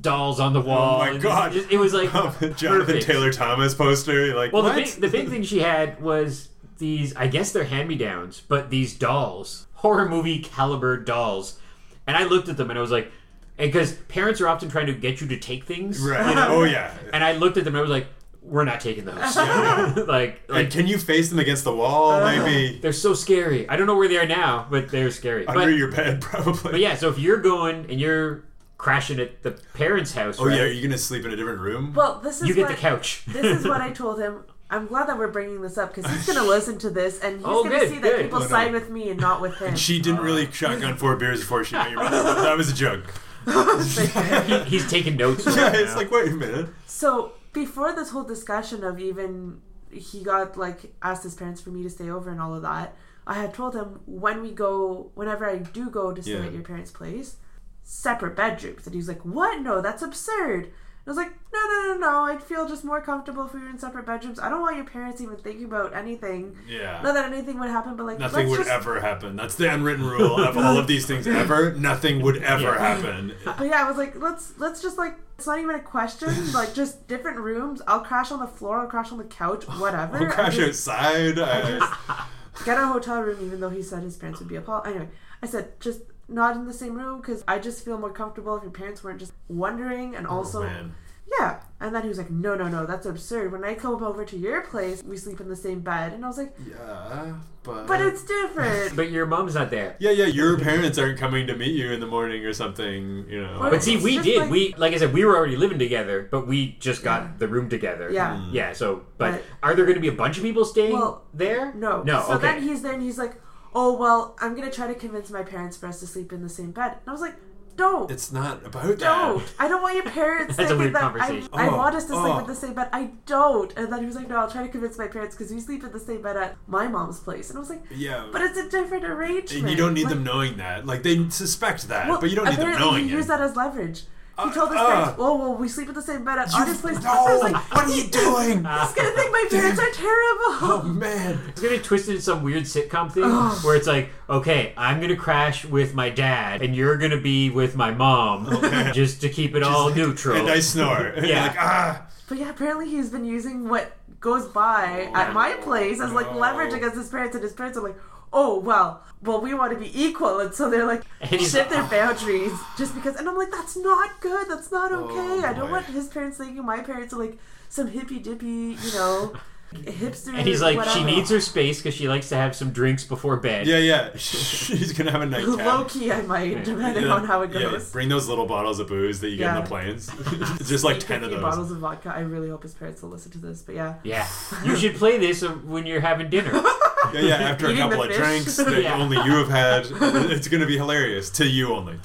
Speaker 3: dolls on the wall.
Speaker 1: Oh my
Speaker 3: and just-
Speaker 1: God.
Speaker 3: just- it was like
Speaker 1: Jonathan
Speaker 3: perfect.
Speaker 1: Taylor Thomas poster. Like,
Speaker 3: Well, the
Speaker 1: what?
Speaker 3: big, the big thing she had was these. I guess they're hand me downs, but these dolls, horror movie caliber dolls, and I looked at them and I was like, and because parents are often trying to get you to take things,
Speaker 1: Right. Oh, yeah.
Speaker 3: and I looked at them and I was like, we're not taking those. like,
Speaker 1: Like,
Speaker 3: like
Speaker 1: can you face them against the wall? Maybe
Speaker 3: they're so scary. I don't know where they are now, but they're scary.
Speaker 1: under
Speaker 3: But,
Speaker 1: your bed, probably.
Speaker 3: but yeah, so if you're going and you're crashing at the parents' house,
Speaker 1: Oh
Speaker 3: right,
Speaker 1: yeah, are you gonna sleep in a different room?
Speaker 2: well, this is
Speaker 3: you get
Speaker 2: what,
Speaker 3: the couch.
Speaker 2: this is what I told him. I'm glad that we're bringing this up because he's gonna listen to this and he's
Speaker 3: Oh,
Speaker 2: gonna
Speaker 3: good,
Speaker 2: see that
Speaker 3: good.
Speaker 2: people
Speaker 1: Oh, no.
Speaker 2: side with me and not with him.
Speaker 1: she didn't really shotgun four beers before she met your mother. but that was a joke.
Speaker 3: He's taking notes. right
Speaker 1: Yeah, it's
Speaker 3: now.
Speaker 1: like wait a minute.
Speaker 2: So before this whole discussion of even he got like asked his parents for me to stay over and all of that, I had told him when we go, whenever I do go to stay
Speaker 1: Yeah.
Speaker 2: at your parents' place, separate bedrooms. And he was like, "What? No, that's absurd." And I was like, "No, no, no, no. I'd feel just more comfortable if we were in separate bedrooms. I don't want your parents even thinking about anything.
Speaker 1: Yeah.
Speaker 2: Not that anything would happen, but like
Speaker 1: Nothing
Speaker 2: let's
Speaker 1: would
Speaker 2: just-
Speaker 1: ever happen. That's the unwritten rule of all of these things ever. Nothing would ever
Speaker 3: Yeah.
Speaker 1: happen.
Speaker 2: But yeah, I was like, let's let's just like it's not even a question. like just different rooms. I'll crash on the floor. I'll crash on the couch. Whatever.
Speaker 1: I'll crash
Speaker 2: I just-
Speaker 1: outside. I,
Speaker 2: get a hotel room even though he said his parents would be appalled anyway i said just not in the same room because i just feel more comfortable if your parents weren't just wondering and also
Speaker 1: man.
Speaker 2: yeah and then he was like no no no that's absurd when i come over to your place we sleep in the same bed and i was like
Speaker 1: Yeah,
Speaker 2: but it's different
Speaker 3: But your mom's not there.
Speaker 1: yeah, yeah. Your parents aren't coming to meet you in the morning or something. You know.
Speaker 2: But
Speaker 3: But see,
Speaker 2: It's
Speaker 3: we
Speaker 2: just
Speaker 3: did.
Speaker 2: like-
Speaker 3: we like I said, we were already living together, but we just got the room together.
Speaker 2: Yeah.
Speaker 1: Mm.
Speaker 3: Yeah. So, but
Speaker 2: Right.
Speaker 3: are there going to be a bunch of people staying
Speaker 2: Well,
Speaker 3: there?
Speaker 2: no
Speaker 3: No.
Speaker 2: so
Speaker 3: okay.
Speaker 2: then he's there and he's like oh well i'm gonna try to convince my parents for us to sleep in the same bed and i was like don't.
Speaker 1: It's not about that.
Speaker 2: don't. I don't want your parents
Speaker 3: That's a
Speaker 2: thinking
Speaker 3: weird
Speaker 2: that I,
Speaker 3: conversation.
Speaker 2: I
Speaker 1: Oh,
Speaker 2: want us to sleep
Speaker 1: oh.
Speaker 2: in the same bed. I don't. And then he was like, no, I'll try to convince my parents because we sleep in the same bed at my mom's place. And I was like,
Speaker 1: Yeah.
Speaker 2: but it's a different arrangement.
Speaker 1: And you don't need
Speaker 2: Like-
Speaker 1: them knowing that. Like they suspect that,
Speaker 2: Well,
Speaker 1: but you don't need them
Speaker 2: apparently
Speaker 1: knowing
Speaker 2: He
Speaker 1: it.
Speaker 2: used that as leverage. He
Speaker 1: Uh,
Speaker 2: told his
Speaker 1: uh.
Speaker 2: parents, "Oh, well, we sleep at the same bed at
Speaker 1: You-
Speaker 2: Artist Place."
Speaker 1: no,
Speaker 2: I was like,
Speaker 1: what are you doing?
Speaker 2: "He's gonna think my parents are
Speaker 1: oh
Speaker 2: terrible."
Speaker 1: man.
Speaker 3: It's gonna be twisted into some weird sitcom thing where it's like, okay, I'm gonna crash with my dad, and you're gonna be with my mom, just to keep it all neutral.
Speaker 1: And I snore. And you're
Speaker 3: Yeah.
Speaker 1: like ah.
Speaker 2: But yeah, apparently he's been using what goes by
Speaker 3: Oh,
Speaker 2: at my place as like
Speaker 1: no.
Speaker 2: leverage against his parents, and his parents are like, "Oh, well, well, we want to be equal," and so they're like,
Speaker 3: And he's
Speaker 2: shift
Speaker 3: like,
Speaker 2: their boundaries just because. And I'm like, "That's not good. That's not
Speaker 3: Oh,
Speaker 2: okay. I don't
Speaker 1: boy.
Speaker 2: want his parents thinking my parents are like some hippy dippy, you know, hipster."
Speaker 3: and he's like, she
Speaker 2: whatever."
Speaker 3: needs her space because she likes to have some drinks before bed.
Speaker 1: Yeah, yeah. She's gonna have a nightcap.
Speaker 2: Low key, I might, depending
Speaker 1: Yeah,
Speaker 2: on how it
Speaker 1: yeah,
Speaker 2: goes.
Speaker 1: Bring those little bottles of booze that you get in the planes. Just like ten of
Speaker 2: Fifty
Speaker 1: those.
Speaker 2: bottles of vodka. I really hope his parents will listen to this, but yeah.
Speaker 3: Yeah. you should play this uh, when you're having dinner.
Speaker 1: Yeah, yeah. After a
Speaker 2: Eating the
Speaker 1: couple of
Speaker 2: fish.
Speaker 1: drinks that
Speaker 3: Yeah.
Speaker 1: only you have had, it's gonna be hilarious to you only.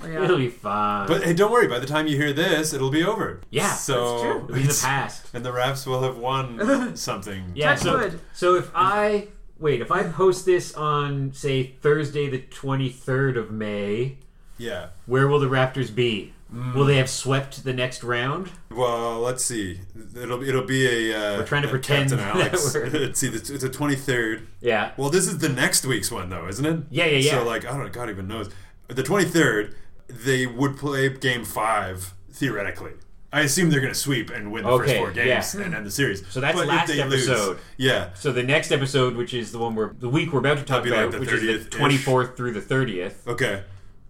Speaker 2: But
Speaker 3: It'll
Speaker 2: oh, yeah.
Speaker 3: be fun.
Speaker 1: But hey, don't worry. By the time you hear this, it'll be over.
Speaker 3: Yeah, that's
Speaker 1: so
Speaker 3: It'll be in the past.
Speaker 1: and the Raps will have won something.
Speaker 3: Yeah.
Speaker 2: Touch
Speaker 3: so,
Speaker 2: wood.
Speaker 3: so if I wait, if I post this on say Thursday the 23rd of May,
Speaker 1: yeah.
Speaker 3: where will the Raptors be? Will they have swept the next round?
Speaker 1: Well, let's see. It'll it'll be a. Uh,
Speaker 3: We're trying to
Speaker 1: a
Speaker 3: pretend
Speaker 1: Captain
Speaker 3: that
Speaker 1: Alex.
Speaker 3: we're-
Speaker 1: let's see. It's the twenty third.
Speaker 3: Yeah.
Speaker 1: Well, this is the next week's one, though, isn't it?
Speaker 3: Yeah, yeah, yeah.
Speaker 1: So, like, I don't. God even knows. The twenty third, they would play Game Five theoretically. I assume they're going to sweep and win the first
Speaker 3: Okay,
Speaker 1: four games and end the series.
Speaker 3: So that's
Speaker 1: But if
Speaker 3: last
Speaker 1: they lose-
Speaker 3: episode.
Speaker 1: yeah.
Speaker 3: So the next episode, which is the one where the week we're about to
Speaker 1: That'd
Speaker 3: talk
Speaker 1: be like
Speaker 3: about,
Speaker 1: the
Speaker 3: which is
Speaker 1: 30th-ish.
Speaker 3: the 24th through the 30th,
Speaker 1: Okay.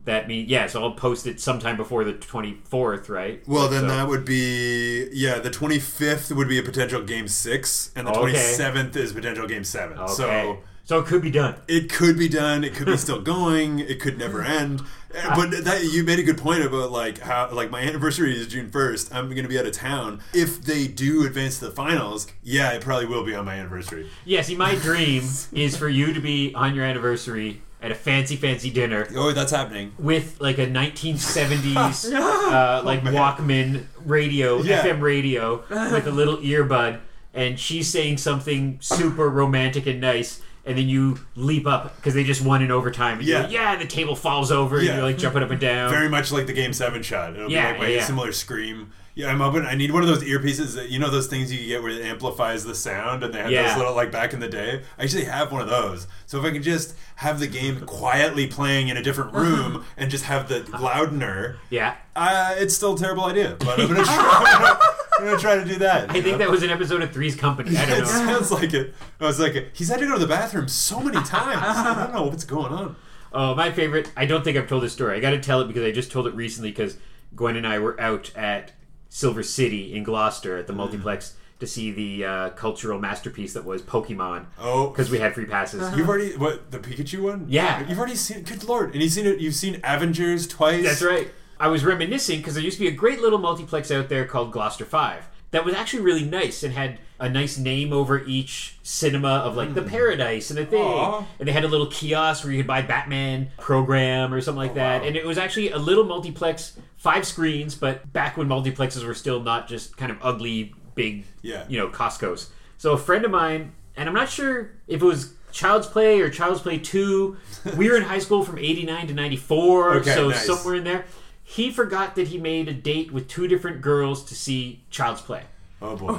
Speaker 3: that means yeah. So I'll post it sometime before the 24th, right?
Speaker 1: Well, then
Speaker 3: So-
Speaker 1: that would be yeah. The twenty fifth would be a potential Game Six, and the
Speaker 3: Oh, Okay.
Speaker 1: twenty seventh is potential Game Seven.
Speaker 3: okay.
Speaker 1: So.
Speaker 3: so it could be done.
Speaker 1: it could be done. It could be still going. It could never end. Uh, But that you made a good point about like how like my anniversary is June first. I'm going to be out of town. If they do advance to the finals, yeah, it probably will be on my anniversary.
Speaker 3: Yeah. See, my dream is for you to be on your anniversary at a fancy, fancy dinner
Speaker 1: Oh, that's happening.
Speaker 3: with like a 1970s uh, like Walkman radio,
Speaker 1: Oh, Yeah.
Speaker 3: FM radio, with a little earbud, and she's saying something super romantic and nice. And then you leap up because they just won in overtime. And yeah,
Speaker 1: Yeah.
Speaker 3: like, yeah. And the table falls over,
Speaker 1: Yeah.
Speaker 3: and you're like jumping up and down.
Speaker 1: Very much like the game seven shot. It'll
Speaker 3: Yeah,
Speaker 1: be like my
Speaker 3: yeah, yeah.
Speaker 1: similar scream. Yeah, I'm open. I need one of those earpieces that you know those things you get where it amplifies the sound, and they have
Speaker 3: Yeah.
Speaker 1: those little like back in the day. I actually have one of those. So if I can just have the game quietly playing in a different room and just have the loudener.
Speaker 3: Uh-huh. yeah,
Speaker 1: Uh, it's still a terrible idea, but I'm gonna try, I'm gonna try to do that.
Speaker 3: I think that was an episode of Three's Company. I don't
Speaker 1: it
Speaker 3: know.
Speaker 1: sounds like it. I was like, he's had to go to the bathroom so many times. I don't know what's going on.
Speaker 3: Oh, my favorite. I don't think I've told this story. I got to tell it because I just told it recently because Gwen and I were out at Silver City in Gloucester at the multiplex to see the uh, cultural masterpiece that was Pokemon.
Speaker 1: Oh,
Speaker 3: Because we had free passes.
Speaker 1: You've already what the Pikachu one?
Speaker 3: Yeah.
Speaker 1: you've already seen. Good lord, and you've seen it. You've seen Avengers twice.
Speaker 3: That's right. I was reminiscing because there used to be a great little multiplex out there called Gloucester 5 that was actually really nice and had a nice name over each cinema of like the Paradise and the thing.
Speaker 1: Hmm. Aw.
Speaker 3: And they had a little kiosk where you could buy Batman program or something like
Speaker 1: Oh,
Speaker 3: that. And it was actually a little multiplex, five screens, but back when multiplexes were still not just kind of ugly, big,
Speaker 1: Yeah.
Speaker 3: you know, Costco's. So a friend of mine, and I'm not sure if it was Child's Play or Child's Play 2, we were in high school from 89 to 94
Speaker 1: Okay,
Speaker 3: so
Speaker 1: nice.
Speaker 3: somewhere in there. He forgot that he made a date with two different girls to see Child's Play.
Speaker 1: Oh boy.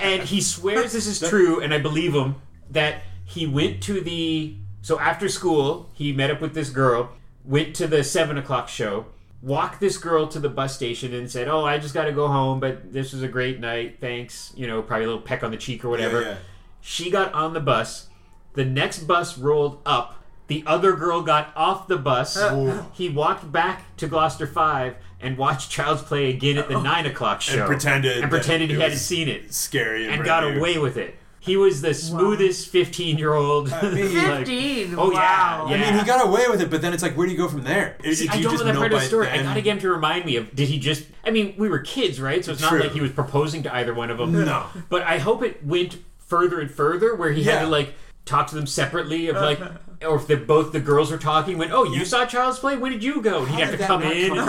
Speaker 3: And he swears this is true, and I believe him, that he went to the. So after school, he met up with this girl, went to the 7 o'clock show, walked this girl to the bus station, and said, Oh, I just got to go home, but this was a great night. Thanks. You know, probably a little peck on the cheek or whatever.
Speaker 1: yeah.
Speaker 3: She got on the bus. The next bus rolled up. The other girl got off the bus.
Speaker 1: Ooh.
Speaker 3: He walked back to Gloucester Five and watched Child's Play again at the nine o'clock show,
Speaker 1: Oh. pretended
Speaker 3: and
Speaker 1: that
Speaker 3: pretended he
Speaker 1: it
Speaker 3: hadn't
Speaker 1: was-
Speaker 3: seen it
Speaker 1: Scary and,
Speaker 3: and got
Speaker 1: brand new.
Speaker 3: away with it. He was the smoothest fifteen-year-old.
Speaker 1: mean-
Speaker 2: Fifteen.
Speaker 3: oh
Speaker 2: wow.
Speaker 3: yeah, yeah.
Speaker 1: I mean, he got away with it, but then it's like, where do you go from there? If- if
Speaker 3: I
Speaker 1: you
Speaker 3: don't know
Speaker 1: just
Speaker 3: that part of
Speaker 1: by
Speaker 3: the story. I
Speaker 1: then-
Speaker 3: gotta get him to remind me of. Did he just? I mean, we were kids, right? So it's
Speaker 1: True.
Speaker 3: not like he was proposing to either one of them.
Speaker 1: No.
Speaker 3: But I hope it went further and further, where he had
Speaker 1: Yeah.
Speaker 3: to like talk to them separately of like or if the, both the girls were talking when oh you saw Child's Play when did you go and he'd
Speaker 1: How
Speaker 3: have
Speaker 1: did
Speaker 3: to
Speaker 1: that
Speaker 3: come
Speaker 1: not
Speaker 3: in
Speaker 1: come
Speaker 3: and,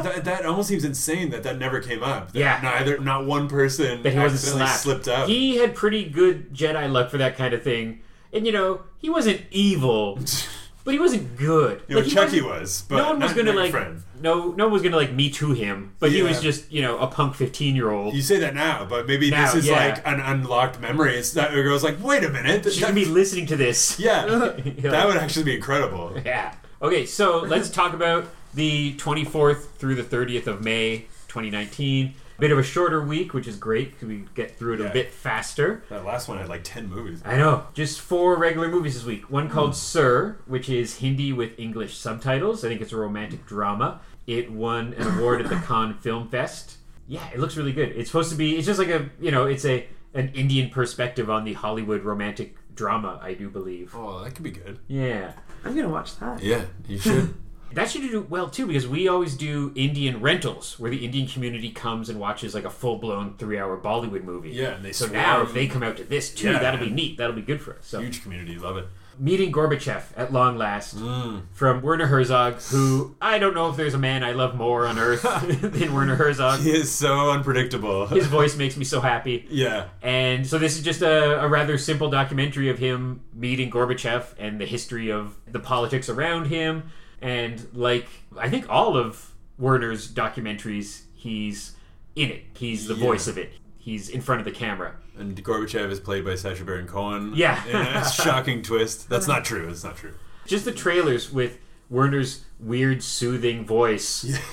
Speaker 1: up? that, that almost seems insane that that never came up. That
Speaker 3: Yeah.
Speaker 1: neither not one person
Speaker 3: that he wasn't
Speaker 1: accidentally
Speaker 3: slapped.
Speaker 1: slipped up.
Speaker 3: He had pretty good Jedi luck for that kind of thing, and you know he wasn't evil, but he wasn't good.
Speaker 1: you know,
Speaker 3: Like, he
Speaker 1: Chucky
Speaker 3: wasn't-
Speaker 1: was, but
Speaker 3: no one was
Speaker 1: not-
Speaker 3: gonna
Speaker 1: not your
Speaker 3: like
Speaker 1: friend.
Speaker 3: no no one was gonna like me to him, but he
Speaker 1: Yeah.
Speaker 3: was just you know a punk fifteen year old.
Speaker 1: You say that now, but maybe
Speaker 3: Now,
Speaker 1: this is
Speaker 3: yeah.
Speaker 1: like an unlocked memory. It's that the girl's like, wait a minute,
Speaker 3: She's
Speaker 1: that,
Speaker 3: gonna be listening to this.
Speaker 1: yeah,
Speaker 3: Yeah.
Speaker 1: that would actually be incredible.
Speaker 3: Yeah. Okay, so let's talk about the 24th through the 30th of May, 2019. Bit of a shorter week, which is great because we get through it a
Speaker 1: Yeah.
Speaker 3: bit faster.
Speaker 1: That last one had like ten movies.
Speaker 3: I know. Just four regular movies this week. One
Speaker 1: Hmm.
Speaker 3: called Sir, which is Hindi with English subtitles. I think it's a romantic drama. It won an award at the Cannes Film Fest. Yeah, it looks really good. It's supposed to be. It's just like a you know, it's a an Indian perspective on the Hollywood romantic drama. I do believe.
Speaker 1: Oh, that could be good.
Speaker 3: Yeah.
Speaker 2: I'm gonna watch that.
Speaker 1: Yeah, you should.
Speaker 3: That should do well too because we always do Indian rentals where the Indian community comes and watches like a full blown three hour Bollywood movie.
Speaker 1: Yeah, and they
Speaker 3: so now
Speaker 1: swarm.
Speaker 3: if they come out to this too,
Speaker 1: Yeah.
Speaker 3: that'll be neat. That'll be good for us. So
Speaker 1: Huge community, love it.
Speaker 3: meeting Gorbachev at long last
Speaker 1: Mm.
Speaker 3: from Werner Herzog, who I don't know if there's a man I love more on earth than Werner Herzog.
Speaker 1: He is so unpredictable.
Speaker 3: His voice makes me so happy.
Speaker 1: yeah,
Speaker 3: And so this is just a, a rather simple documentary of him meeting Gorbachev and the history of the politics around him. And like I think all of Werner's documentaries, he's in it. He's the
Speaker 1: Yeah.
Speaker 3: voice of it. He's in front of the camera.
Speaker 1: and Gorbachev is played by Sacha Baron Cohen.
Speaker 3: Yeah.
Speaker 1: in a shocking twist. That's not true. That's not true.
Speaker 3: Just the trailers with Werner's weird soothing voice.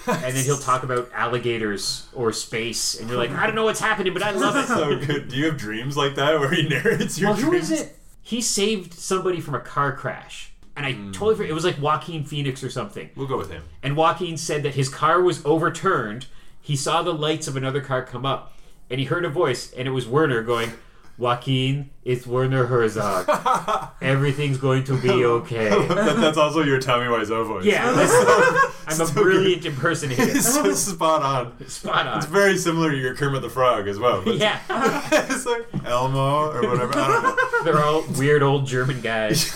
Speaker 3: And then he'll talk about alligators or space and you're like, I don't know what's happening, but I love it.
Speaker 1: so good. Do you have dreams like that where he narrates your
Speaker 3: Well, who
Speaker 1: dreams?
Speaker 3: is it? He saved somebody from a car crash. And
Speaker 1: Hmm.
Speaker 3: I totally forget. It was like Joaquin Phoenix or something.
Speaker 1: We'll go with him.
Speaker 3: And Joaquin said that his car was overturned. He saw the lights of another car come up. And he heard a voice. And it was Werner going, Joaquin, it's Werner Herzog. Everything's going to be okay.
Speaker 1: That- that's also your Tommy Wiseau voice.
Speaker 3: Yeah, that's- I'm a
Speaker 1: So good.
Speaker 3: brilliant impersonator.
Speaker 1: it's so spot on.
Speaker 3: Spot
Speaker 1: It's
Speaker 3: on.
Speaker 1: very similar to your Kermit the Frog as well. But
Speaker 3: Yeah,
Speaker 1: it's like Elmo or whatever. I don't know.
Speaker 3: they're all weird old German guys.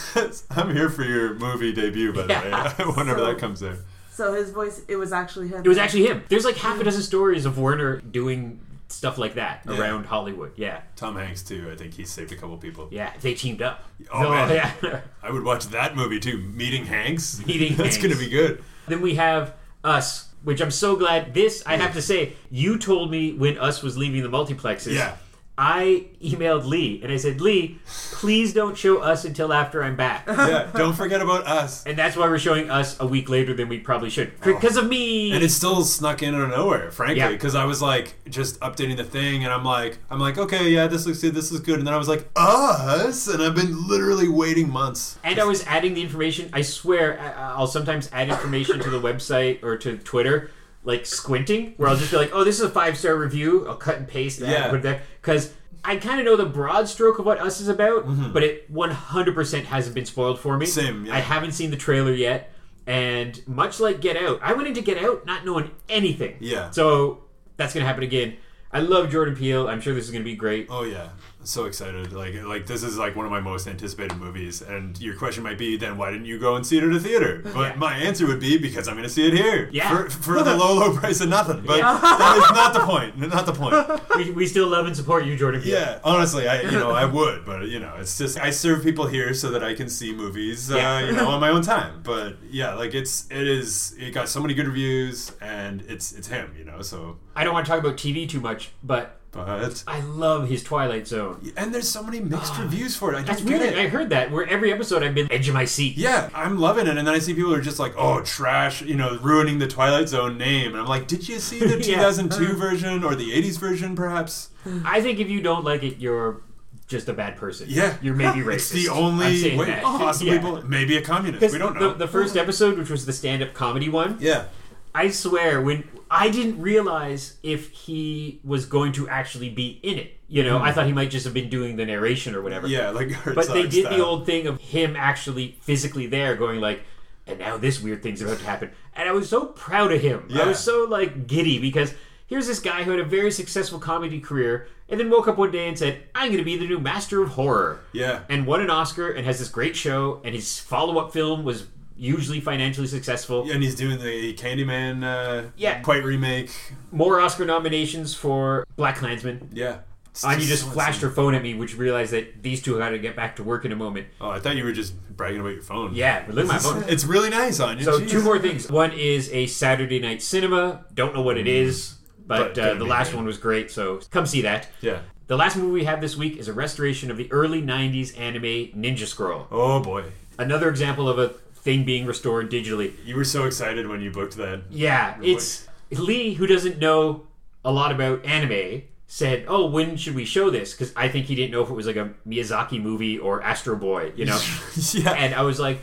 Speaker 1: I'm here for your movie debut, by the
Speaker 3: Yeah.
Speaker 1: way. Whenever
Speaker 2: So-
Speaker 1: that comes in.
Speaker 2: So his voice, it was actually him.
Speaker 3: It was actually him. There's like half a dozen stories of Werner doing stuff like that
Speaker 1: Yeah.
Speaker 3: around Hollywood. Yeah.
Speaker 1: Tom Hanks too. I think he saved a couple people.
Speaker 3: Yeah, if they teamed up.
Speaker 1: Oh, man.
Speaker 3: yeah.
Speaker 1: I would watch that movie too. Meeting Hanks.
Speaker 3: Meeting
Speaker 1: That's
Speaker 3: Hanks.
Speaker 1: gonna be good.
Speaker 3: then we have Us, which I'm so glad. This, I have to say, you told me when Us was leaving the multiplexes.
Speaker 1: Yeah.
Speaker 3: I emailed Lee and I said, Lee, please don't show Us until after I'm back.
Speaker 1: Yeah. Don't forget about us.
Speaker 3: and that's why we're showing Us a week later than we probably should. Because of me.
Speaker 1: Oh. and it still snuck in out of nowhere, frankly,
Speaker 3: Yeah.
Speaker 1: because I was like just updating the thing, and I'm like, I'm like, okay, yeah, this looks good, this is good, and then I was like, us, and I've been literally waiting months.
Speaker 3: And I was adding the information. I swear, I- I'll sometimes add information to the website or to Twitter, like squinting, where I'll just be like, "Oh, this is a five star review." I'll cut and paste that,
Speaker 1: Yeah.
Speaker 3: put it there, because I kind of know the broad stroke of what Us is about, but it 100 percent hasn't been spoiled for me.
Speaker 1: Mm-hmm. Same, yeah.
Speaker 3: I haven't seen the trailer yet, and much like Get Out, I went into Get Out not knowing anything.
Speaker 1: Yeah.
Speaker 3: So that's gonna happen again. I love Jordan Peele. I'm sure this is gonna be great.
Speaker 1: Oh yeah, so excited! Like, like this is like one of my most anticipated movies. And your question might be, then why didn't you go and see it at a theater? But
Speaker 3: Yeah.
Speaker 1: my answer would be because I'm going to see it here,
Speaker 3: Yeah.
Speaker 1: for, for the low, low price of nothing. But that is not the point. Not the point.
Speaker 3: we, we still love and support you, Jordan Peele.
Speaker 1: Yeah, honestly, I you know I would, but you know it's just I serve people here so that I can see movies,
Speaker 3: Yeah.
Speaker 1: uh, you know, on my own time. But yeah, like it's it is it got so many good reviews, and it's it's him, you know. So
Speaker 3: I don't want to talk about TV too much, but
Speaker 1: but
Speaker 3: I love his Twilight Zone.
Speaker 1: and there's so many mixed reviews for it. I
Speaker 3: Ah. That's
Speaker 1: don't get
Speaker 3: weird.
Speaker 1: it.
Speaker 3: I heard that where every episode I've been edge of my seat.
Speaker 1: Yeah, I'm loving it, and then I see people who are just like, "Oh, trash!" You know, ruining the Twilight Zone name, and I'm like, "Did you see the
Speaker 3: Yeah.
Speaker 1: 2002 version or the 80s version, perhaps?"
Speaker 3: I think if you don't like it, you're just a bad person.
Speaker 1: Yeah.
Speaker 3: you're maybe racist.
Speaker 1: It's the
Speaker 3: I'm
Speaker 1: only
Speaker 3: saying
Speaker 1: way
Speaker 3: that.
Speaker 1: possibly,
Speaker 3: Yeah.
Speaker 1: maybe a communist.
Speaker 3: 'Cause
Speaker 1: We don't know.
Speaker 3: The, the first episode, which was the stand-up comedy one,
Speaker 1: yeah,
Speaker 3: I swear, when I didn't realize if he was going to actually be in it. You know, I thought he might just have been doing the narration or whatever.
Speaker 1: Hmm. yeah, like
Speaker 3: But they
Speaker 1: Herzog
Speaker 3: did the
Speaker 1: style.
Speaker 3: old thing of him actually physically there going like, and now this weird thing's about to happen. And I was so proud of him. I
Speaker 1: Yeah.
Speaker 3: was so like giddy because here's this guy who had a very successful comedy career and then woke up one day and said, I'm going to be the new master of horror.
Speaker 1: Yeah.
Speaker 3: And won an Oscar and has this great show, and his follow up film was hugely financially successful.
Speaker 1: Yeah, and he's doing the Candyman uh,
Speaker 3: Yeah.
Speaker 1: quite remake.
Speaker 3: More Oscar nominations for Black Klansman.
Speaker 1: Yeah. It's
Speaker 3: Anya just
Speaker 1: so
Speaker 3: flashed
Speaker 1: insane.
Speaker 3: her phone at me, which realized that these two had to get back to work in a moment.
Speaker 1: Oh, I thought you were just bragging about your phone.
Speaker 3: Yeah, but look at my phone.
Speaker 1: It's really nice, Anya.
Speaker 3: So
Speaker 1: Jeez.
Speaker 3: two more things. One is a Saturday night cinema. Don't know what it is, but,
Speaker 1: But
Speaker 3: uh,
Speaker 1: gonna
Speaker 3: the
Speaker 1: Mm-hmm. be
Speaker 3: last
Speaker 1: good.
Speaker 3: one was great. So come see that.
Speaker 1: Yeah.
Speaker 3: The last movie we have this week is a restoration of the early '90s anime Ninja Scroll.
Speaker 1: Oh boy,
Speaker 3: Another example of a thing being restored digitally.
Speaker 1: you were so excited when you booked that.
Speaker 3: Yeah, it's Lee who doesn't know a lot about anime. Said, "Oh, when should we show this?" Because I think he didn't know if it was like a Miyazaki movie or Astro Boy, you know.
Speaker 1: yeah.
Speaker 3: and I was like,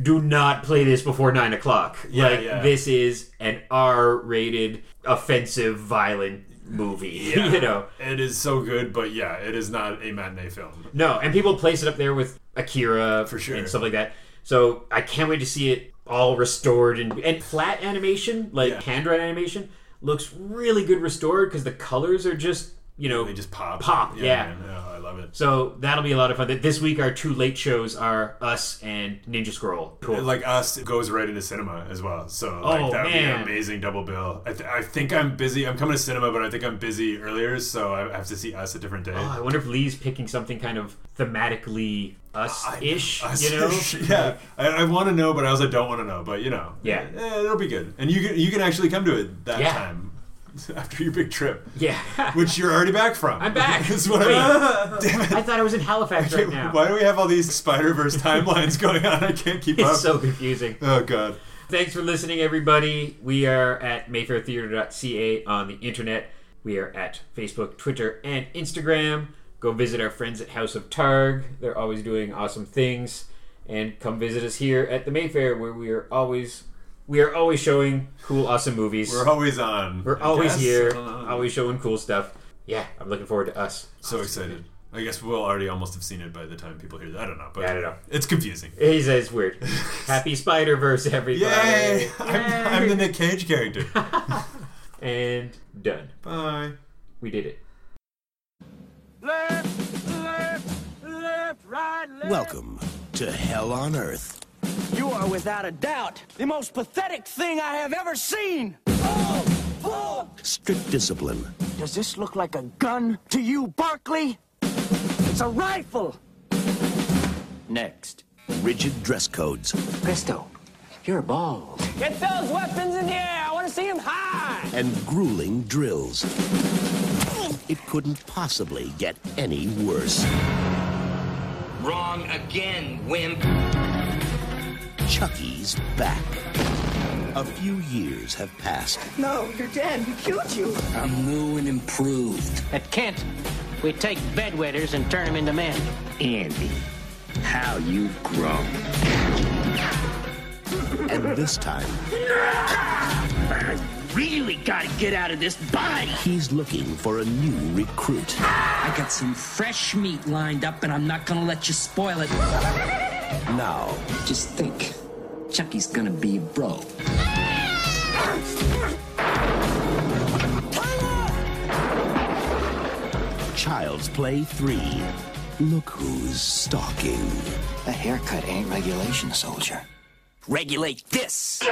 Speaker 3: "Do not play this before nine o'clock.
Speaker 1: Yeah,
Speaker 3: like
Speaker 1: yeah.
Speaker 3: this is an R-rated, offensive, violent movie.
Speaker 1: Yeah.
Speaker 3: you know,
Speaker 1: It is so good, but yeah, it is not a matinee film.
Speaker 3: no." And people place it up there with Akira
Speaker 1: For sure.
Speaker 3: and stuff like that. So I can't wait to see it all restored and and flat animation, like
Speaker 1: Yeah.
Speaker 3: hand-drawn animation, looks really good restored because the colors are just you know
Speaker 1: They just pop.
Speaker 3: Pop, yeah.
Speaker 1: man. Oh, I love it.
Speaker 3: so that'll be a lot of fun. This week our two late shows are Us and Ninja Scroll. Cool.
Speaker 1: And, Like us, it goes right into cinema as well. So like
Speaker 3: Oh,
Speaker 1: that would be
Speaker 3: man.
Speaker 1: an amazing double bill. I, th- I think I'm busy. I'm coming to cinema, but I think I'm busy earlier, so I I have to see us a different day.
Speaker 3: Oh, I wonder if Lee's picking something kind of thematically us-ish,
Speaker 1: Us-
Speaker 3: you know?
Speaker 1: yeah, I, I want to know, but I also don't want to know. But you know,
Speaker 3: Yeah.
Speaker 1: eh, it'll be good, and you can you can actually come to it that
Speaker 3: Yeah.
Speaker 1: time after your big trip,
Speaker 3: yeah.
Speaker 1: which you're already back from.
Speaker 3: I'm back.
Speaker 1: Is what I,
Speaker 3: Wait.
Speaker 1: damn it.
Speaker 3: I thought I was in Halifax right now.
Speaker 1: Why do we have all these Spider Verse timelines going on? I can't keep up.
Speaker 3: It's so confusing.
Speaker 1: oh god.
Speaker 3: Thanks for listening, everybody. We are at mayfairtheater.ca on the internet. We are at Facebook, Twitter, and Instagram. Go visit our friends at House of Targ. They're always doing awesome things. And come visit us here at the Mayfair, where we are always we are always showing cool, awesome movies.
Speaker 1: We're always on.
Speaker 3: We're
Speaker 1: I
Speaker 3: always
Speaker 1: guess.
Speaker 3: here,
Speaker 1: Uh,
Speaker 3: always showing cool stuff. Yeah, I'm looking forward to us.
Speaker 1: so excited. I guess we'll already almost have seen it by the time people hear that. I don't know, but
Speaker 3: Yeah, I don't know.
Speaker 1: it's confusing.
Speaker 3: He says weird. Happy Spider Verse, everybody.
Speaker 1: Yay! I'm, I'm
Speaker 3: uh, Yay.
Speaker 1: the Nick Cage character.
Speaker 3: And done.
Speaker 1: Bye.
Speaker 3: We did it.
Speaker 4: Welcome to Hell on Earth.
Speaker 5: You are without a doubt the most pathetic thing I have ever seen. Oh,
Speaker 4: Strict discipline,
Speaker 5: Does this look like a gun to you, Barkley? It's a rifle. Next.
Speaker 4: rigid dress codes,
Speaker 5: Presto, you're bald. Get those weapons in the air. I want to see them high.
Speaker 4: and grueling drills. It couldn't possibly get any worse.
Speaker 6: Wrong again, wimp.
Speaker 4: Chucky's back. A few years have passed.
Speaker 7: No, you're dead. We killed you.
Speaker 6: I'm new and improved.
Speaker 5: At Kent, we take bedwetters and turn them into men.
Speaker 6: Andy, how you grown.
Speaker 4: And this time,
Speaker 6: I really gotta get out of this body.
Speaker 4: he's looking for a new recruit.
Speaker 8: I got some fresh meat lined up, and I'm not gonna let you spoil it.
Speaker 4: Now,
Speaker 8: Just think, Chucky's gonna be a bro.
Speaker 4: Child's Play 3. Look who's stalking.
Speaker 5: A haircut ain't regulation, soldier.
Speaker 8: Regulate this.